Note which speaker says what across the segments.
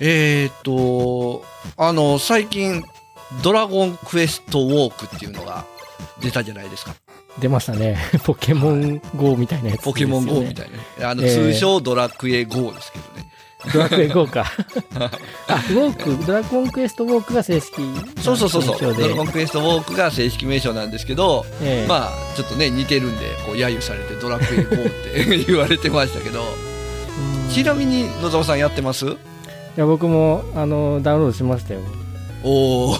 Speaker 1: えーっとあの最近「ドラゴンクエストウォーク」っていうのが出たじゃないですか
Speaker 2: 出ましたね。 ポケモン GO みたいなやつ、
Speaker 1: ポケモン GO みた
Speaker 2: い
Speaker 1: いなね、あの
Speaker 2: えー
Speaker 1: 通称ドラクエ GO ですけどね、
Speaker 2: な。ドラクエ GO か。あ、ウォーク、ドラゴンクエストウォークが正式な
Speaker 1: そうそうそうそう
Speaker 2: 名称で
Speaker 1: ドラゴンクエストウォークが正式名称なんですけど、
Speaker 2: ええ
Speaker 1: まあちょっとね似てるんでこう揶揄されてドラクエ GO って言われてました けど
Speaker 2: うん
Speaker 1: ちなみに野沢さんやってます
Speaker 2: いや僕もあのダウンロードしましたよ
Speaker 1: お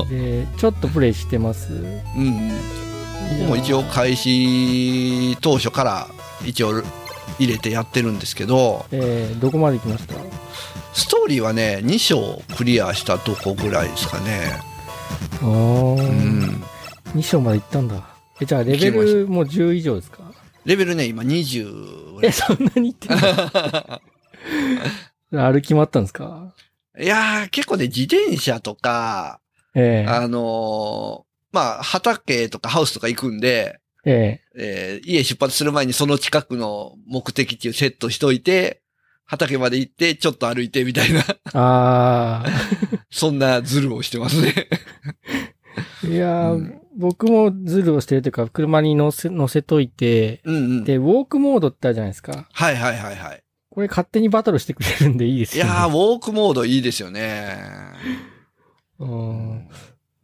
Speaker 1: お
Speaker 2: でちょっとプレイしてます
Speaker 1: うんうん僕も一応開始当初から一応入れてやってるんですけど
Speaker 2: えーどこまで行きました
Speaker 1: ストーリーはね2章クリアしたとこぐらいですかね
Speaker 2: お
Speaker 1: う
Speaker 2: ー、
Speaker 1: ん
Speaker 2: 二2章まで行ったんだえじゃあレベ
Speaker 1: 行きま
Speaker 2: ルもう10以上ですか
Speaker 1: レベルね今20ぐら
Speaker 2: え
Speaker 1: い
Speaker 2: そんなにいって ない歩き回ったんですか
Speaker 1: いやー結構ね自転車とか
Speaker 2: ええ
Speaker 1: あのーまあ畑とかハウスとか行くんで
Speaker 2: え
Speaker 1: えー家出発する前にその近くの目的地をセットしといて、畑まで行って、ちょっと歩いてみたいな、
Speaker 2: えあ
Speaker 1: そんなズルをしてますね。
Speaker 2: あいやー、
Speaker 1: うん
Speaker 2: 僕もズルをしてるというか車に乗せ乗せといて
Speaker 1: うんうん。
Speaker 2: でウォークモードってあるじゃないですか
Speaker 1: はいはいはいはい。
Speaker 2: これ勝手にバトルしてくれるんでいいです
Speaker 1: い
Speaker 2: よ、ね、
Speaker 1: やー、ウォークモードいいですよね。
Speaker 2: うん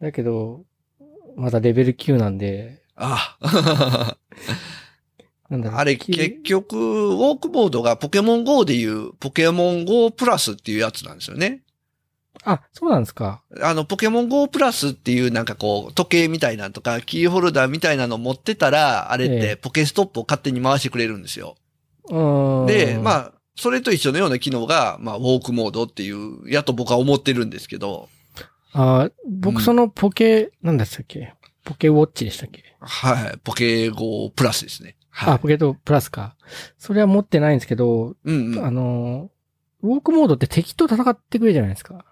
Speaker 2: だけど、まだレベル9なんで、
Speaker 1: あ、
Speaker 2: なんだろう。
Speaker 1: あれ
Speaker 2: き
Speaker 1: 結局、ウォークモードがポケモン GO でいう、ポケモン GO プラスっていうやつなんですよね。
Speaker 2: あ、そうなんですか。
Speaker 1: あの、ポケモン GO プラスっていうなんかこう、時計みたいなのとか、キーホルダーみたいなの持ってたら、あれっ
Speaker 2: え
Speaker 1: て
Speaker 2: え
Speaker 1: ポケストップを勝手に回してくれるんですよ。
Speaker 2: うん。
Speaker 1: で、ま
Speaker 2: あ、
Speaker 1: あ、それと一緒のような機能が、まあ、ウォークモードっていう、やと僕は思ってるんですけど、う
Speaker 2: あ
Speaker 1: ん
Speaker 2: 僕そのポケ、なんだったっけポケウォッチでしたっけ、
Speaker 1: はい、ポケゴプラスですね。は
Speaker 2: あ、
Speaker 1: い。
Speaker 2: ポケットプラスか。それは持ってないんですけど、
Speaker 1: うんう
Speaker 2: あ
Speaker 1: ん。
Speaker 2: の、ウォークモードって敵と戦ってくれるじゃないですか。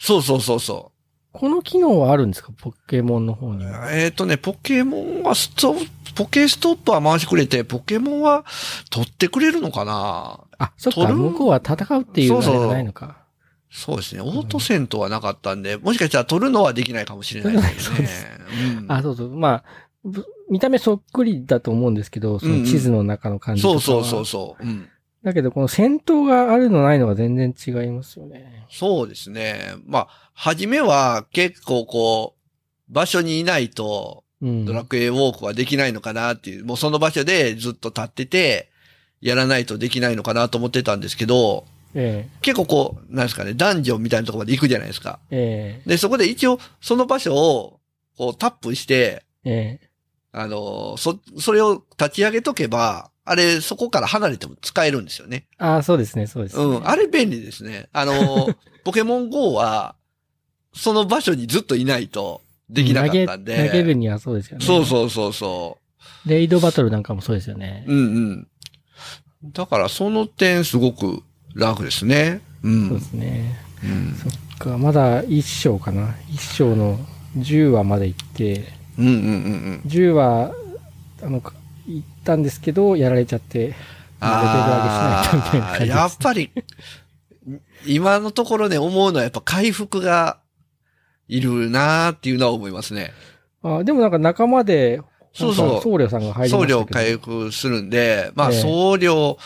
Speaker 1: そうそうそうそ
Speaker 2: この機能はあるんですかポケモンの方
Speaker 1: う。
Speaker 2: には。
Speaker 1: えっ、とね、ポケモンはスト、ポケストップは回してくれて、ポケモンは取ってくれるのかな
Speaker 2: あ、そっ
Speaker 1: 取
Speaker 2: か、
Speaker 1: る
Speaker 2: 向こうは戦うっていう
Speaker 1: そう
Speaker 2: あ
Speaker 1: そう
Speaker 2: れがないのか。
Speaker 1: そうですね。オート戦闘はなかったんで、もしかしたら取るのはできないかもしれないです
Speaker 2: 取る
Speaker 1: ね
Speaker 2: のはそ。
Speaker 1: うん
Speaker 2: あ、そうそう。まあ、ぶ見た目そっくりだと思うんですけど、その地図の中の感じとか
Speaker 1: そ
Speaker 2: は
Speaker 1: うそうそうそう。うん。
Speaker 2: だけど、この戦闘があるのないのは全然違いますよね。
Speaker 1: そうですね。まあ、初めは結構こう、場所にいないと、
Speaker 2: うん。
Speaker 1: ドラクエウォークはできないのかなっていう、もうその場所でずっと立ってて、やらないとできないのかなと思ってたんですけど、
Speaker 2: え
Speaker 1: 結構こう、なんですかね、ダンジョンみたいなところまで行くじゃないですか。
Speaker 2: え、え
Speaker 1: で、そこで一応、その場所を、こう、タップして、
Speaker 2: え、え
Speaker 1: あのーそ、それを立ち上げとけば、あれ、そこから離れても使えるんですよね。
Speaker 2: え。ああ、そうですね、そうですね、
Speaker 1: うん、あれ便利ですね。あの ー、ポケモン GO は、その場所にずっといないとできなかったんで。
Speaker 2: 投げ投げるにはそうですよね。。
Speaker 1: そうそうそうそう
Speaker 2: レイドバトルなんかもそうですよね
Speaker 1: う。。うんうん。だからその点すごく楽ですね。う
Speaker 2: そうで
Speaker 1: ん。
Speaker 2: すね。
Speaker 1: うん。
Speaker 2: そっか、まだ1章かな。1章の10話まで行って、
Speaker 1: うんうんうんうん。
Speaker 2: 10話、あの、か行ったんですけど、やられちゃって、
Speaker 1: あ
Speaker 2: レベル上げしないとみたいな
Speaker 1: あ
Speaker 2: 感
Speaker 1: ー、
Speaker 2: じです
Speaker 1: やっぱり、今のところね、思うのはやっぱ回復がいるなーっていうのは思いますね。
Speaker 2: あでもなんか仲間で、
Speaker 1: そうそう
Speaker 2: なんか僧侶さんが入りま
Speaker 1: 送
Speaker 2: したけど
Speaker 1: 料回復するんで、まあ、
Speaker 2: ええ
Speaker 1: 送料、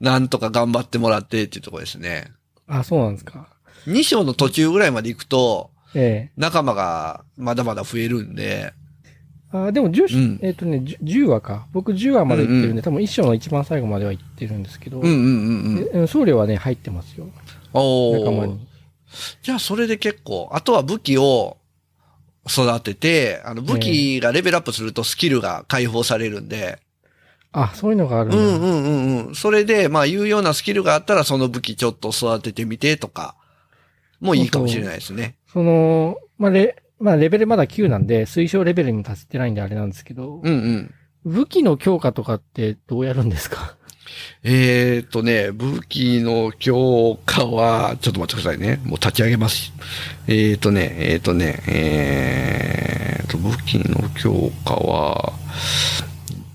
Speaker 1: なんとか頑張ってもらってっていうところですね。
Speaker 2: あ、そうなんですか。
Speaker 1: 2章の途中ぐらいまで行くと、
Speaker 2: ええ。
Speaker 1: 仲間がまだまだ増えるんで、
Speaker 2: あでも10、
Speaker 1: うん
Speaker 2: えっ、とね、10 10話か。僕10話まで行ってるんで、多分1章の一番最後までは行ってるんですけど、
Speaker 1: うんうんうんうん。
Speaker 2: えうん僧侶はね、入ってますよ。仲
Speaker 1: お
Speaker 2: 間
Speaker 1: お。
Speaker 2: に。
Speaker 1: じゃあ、それで結構、あとは武器を育てて、あの、武器がレベルアップするとスキルが解放されるんで、
Speaker 2: あ、そういうのがあるんだ。
Speaker 1: うんうんうんうん。それで、まあ、有用なスキルがあったら、その武器ちょっと育ててみてとか、もういいかもしれないですね。
Speaker 2: その、まあ、レ、まあ、レベルまだ9なんで、推奨レベルにも達してないんであれなんですけど、
Speaker 1: うんうん。
Speaker 2: 武器の強化とかってどうやるんですか
Speaker 1: えーっとね、武器の強化は、ちょっと待ってくださいね。もう立ち上げます。えーっとね、えーっとね、えーっと、武器の強化は、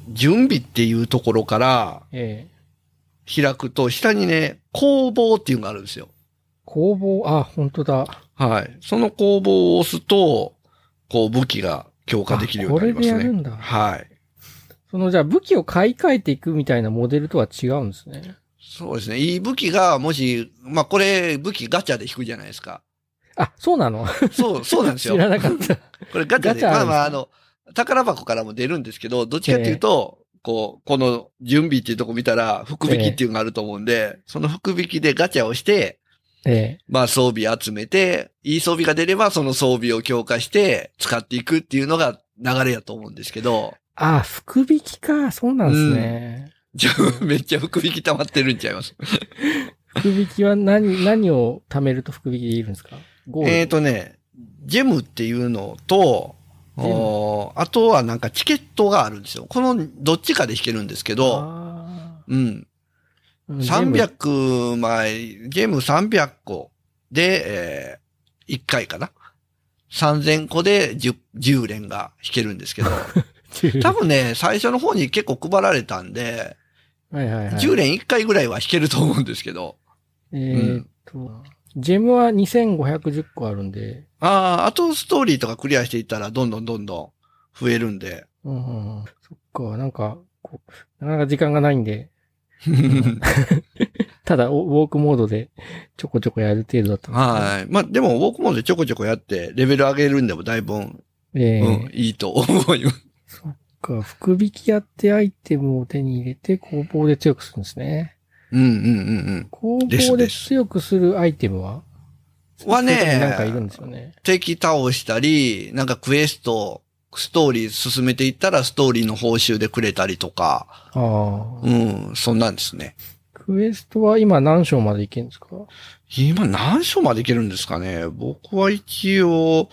Speaker 1: 準備っていうところから
Speaker 2: ええ
Speaker 1: 開くと、下にね、工房っていうのがあるんですよ。
Speaker 2: 工房、あ、本当だ。
Speaker 1: はい。その工房を押すと、こう武器が強化できるようになりま
Speaker 2: あこ
Speaker 1: す
Speaker 2: れでやる
Speaker 1: ね。
Speaker 2: んだ。
Speaker 1: はい。
Speaker 2: その、じゃあ武器を買い替えていくみたいなモデルとは違うんですね。
Speaker 1: そうですね。いい武器が、もし、まあ、これ、武器ガチャで引くじゃないですか。
Speaker 2: あ、そうなの
Speaker 1: そう、そうなんですよ
Speaker 2: 知。らなかった。
Speaker 1: これガチャ
Speaker 2: ガ
Speaker 1: で、
Speaker 2: チャあ
Speaker 1: ま
Speaker 2: る
Speaker 1: あ
Speaker 2: んですね
Speaker 1: まあ、あの、宝箱からも出るんですけど、どっちかっていうと、こう、この準備っていうとこ見たら、福引きっていうのがあると思うんで、その福引きでガチャをして、
Speaker 2: え
Speaker 1: まあ装備集めて、いい装備が出ればその装備を強化して使っていくっていうのが流れやと思うんですけど、
Speaker 2: あ、福引きか。そうなんですね。
Speaker 1: じゃあめっちゃ福引き溜まってるんちゃいます。
Speaker 2: 福引きは何、何を貯めると福引きでいるんですかゴールド。
Speaker 1: えーとね、ジェムっていうのと、
Speaker 2: ジェム
Speaker 1: おーあとはなんかチケットがあるんですよ。このどっちかで引けるんですけど、
Speaker 2: あ
Speaker 1: うん。
Speaker 2: ーうん
Speaker 1: 300枚、ゲーム300個で、え1回かな。3000個で 10, 10連が弾けるんですけど、
Speaker 2: 全部
Speaker 1: 多分ね、最初の方に結構配られたんで、
Speaker 2: はいはいはい。
Speaker 1: 10連1回ぐらいは弾けると思うんですけど、
Speaker 2: えーっと、ジェムは2510個あるんで、
Speaker 1: ああ、あとストーリーとかクリアしていったらどんどんどんどん増えるん で、
Speaker 2: うんうんうん、そっか、なんかこう、なかなか時間がないんで、ただおウォークモードでちょこちょこやる程度だったんです
Speaker 1: はい。まあ、でも、ウォークモードでちょこちょこやって、レベル上げるんでもだいぶ、うん、
Speaker 2: けど。ええ
Speaker 1: いいと思います。
Speaker 2: そっか、福引きやってアイテムを手に入れて工房で強くするんですね。
Speaker 1: うんうんうん
Speaker 2: 工
Speaker 1: です
Speaker 2: 房で
Speaker 1: です
Speaker 2: 強くするアイテムは
Speaker 1: うん。はね、
Speaker 2: なんかいるんですよね。
Speaker 1: 敵倒したり、なんかクエスト、ストーリー進めていったらストーリーの報酬でくれたりとか、
Speaker 2: ああ。
Speaker 1: うん、そんなんですね。
Speaker 2: クエストは今何章までいけるんですか
Speaker 1: 今何章までいけるんですかね僕は一応、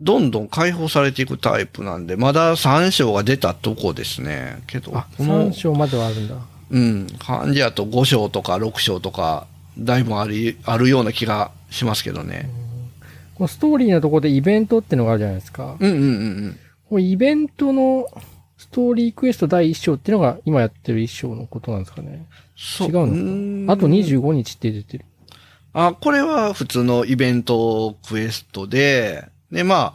Speaker 1: どんどん解放されていくタイプなんで、まだ3章が出たとこですね。けど、
Speaker 2: あ、
Speaker 1: この
Speaker 2: 3、章まではあるんだ。
Speaker 1: うん、感じやと5章とか6章とか、だいぶあり、あるような気がしますけどね。
Speaker 2: このストーリーのところでイベントってのがあるじゃないですか。
Speaker 1: うんうんうん
Speaker 2: このイベントのストーリークエスト第1章っていうのが今やってる1章のことなんですかね。
Speaker 1: うん。
Speaker 2: 違うのか
Speaker 1: の
Speaker 2: あと25日って出てる。
Speaker 1: あ、これは普通のイベントクエストで、で、まあ、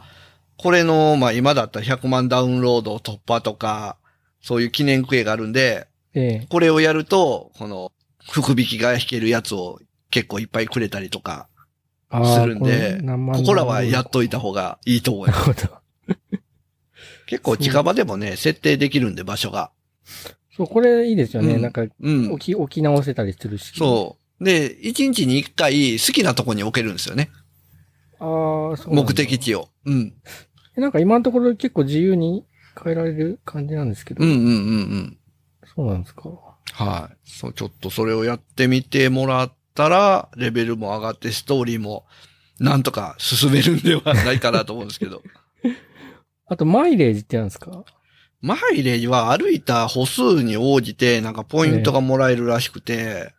Speaker 1: これの、まあ今だったら100万ダウンロード突破とか、そういう記念クエがあるんで、
Speaker 2: ええ。
Speaker 1: これをやると、この、福引きが引けるやつを結構いっぱいくれたりとか、
Speaker 2: あー
Speaker 1: するんで
Speaker 2: この何万
Speaker 1: ここらはやっといた方がいいと思い
Speaker 2: なる
Speaker 1: ます。
Speaker 2: ほど。
Speaker 1: 結構近場でもね、設定できるんで場所が。
Speaker 2: そう、これいいですよね。
Speaker 1: うん
Speaker 2: なんか、
Speaker 1: うん
Speaker 2: 置。き、置き直せたりするし。
Speaker 1: そう。で、1日に1回好きなとこに置けるんですよね。
Speaker 2: う。ああ、そうなんだ
Speaker 1: 目的。地を。うん。
Speaker 2: えなんか今のところ結構自由に変えられる感じなんですけど。
Speaker 1: うんうんうんうん。
Speaker 2: そうなんですか。
Speaker 1: はい。そう、ちょっとそれをやってみてもらったら、レベルも上がって、ストーリーも、なんとか進めるんではないかなと思うんですけど。
Speaker 2: あと、マイレージってなんですか
Speaker 1: マイレージは歩いた歩数に応じて、なんかポイントがもらえるらしくて、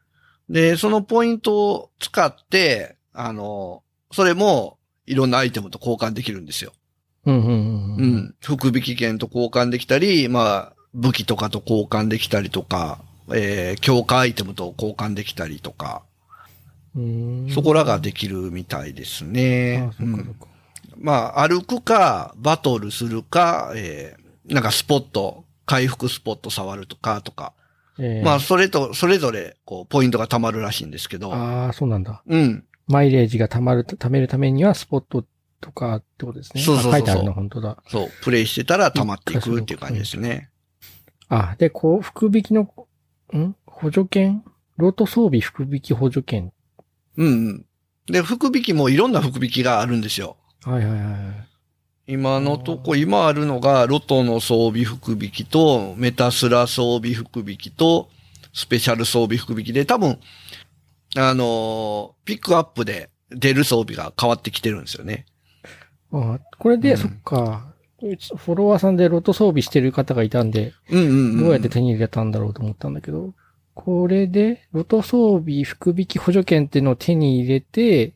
Speaker 1: で、そのポイントを使って、あの、それも、いろんなアイテムと交換できるんですよ。
Speaker 2: うんうんうん。
Speaker 1: う。ん。福引き券と交換できたり、まあ、武器とかと交換できたりとか、えー、強化アイテムと交換できたりとか、
Speaker 2: うーん
Speaker 1: そこらができるみたいですね
Speaker 2: あ。
Speaker 1: う
Speaker 2: そっかそっ
Speaker 1: ん
Speaker 2: か。
Speaker 1: まあ、歩くか、バトルするか、えー、なんかスポット、回復スポット触るとかとか、
Speaker 2: ええ
Speaker 1: まあ、それと、それぞれ、こう、ポイントが貯まるらしいんですけど、
Speaker 2: ああ、そうなんだ。
Speaker 1: うん。
Speaker 2: マイレージが貯まる、貯めるためにはスポットとかってことですね。
Speaker 1: そうそうそうそう
Speaker 2: あ書いてあるな、本当だ。
Speaker 1: そう、プレイしてたら溜まっていくっていう感じですね。
Speaker 2: あ、で、こう、福引きの、ん補助券ロート装備福引き補助券。
Speaker 1: うんうん。で、福引きもいろんな福引きがあるんですよ。
Speaker 2: はいはいはい。
Speaker 1: 今のとこ、今あるのが、ロトの装備福引きと、メタスラ装備福引きと、スペシャル装備福引きで、多分、あのーピックアップで出る装備が変わってきてるんですよね。
Speaker 2: あこれで、
Speaker 1: うん
Speaker 2: そっか。うちフォロワーさんでロート装備してる方がいたんで、
Speaker 1: うんうん、うん。
Speaker 2: どうやって手に入れたんだろうと思ったんだけど、これで、ロト装備福引き補助券っていうのを手に入れて、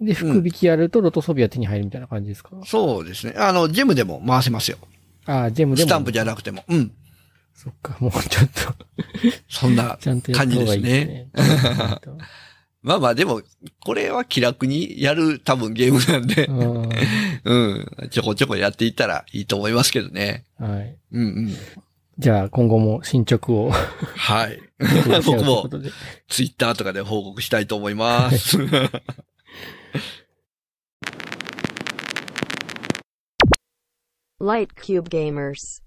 Speaker 2: で、福引きやるとロト装備は手に入るみたいな感じですか、
Speaker 1: そうですね。あの、ジェムでも回せますよ。
Speaker 2: ああ、ジェムでも。
Speaker 1: スタンプじゃなくても。うん。
Speaker 2: そっか、もうちょっと、
Speaker 1: そんな。
Speaker 2: ちゃんとやった方がいいですね。
Speaker 1: まあまあ、でも、これは気楽にやる多分ゲームなんで、
Speaker 2: うん。
Speaker 1: うん。ちょこちょこやっていったらいいと思いますけどね。
Speaker 2: はい。
Speaker 1: うんうん。
Speaker 2: じゃあ、今後も進捗を
Speaker 1: はい。
Speaker 2: と
Speaker 1: 僕
Speaker 2: いうこ
Speaker 1: も
Speaker 2: とで。
Speaker 1: ツイッターとかで報告したいと思います。
Speaker 3: Light Cube Gamers.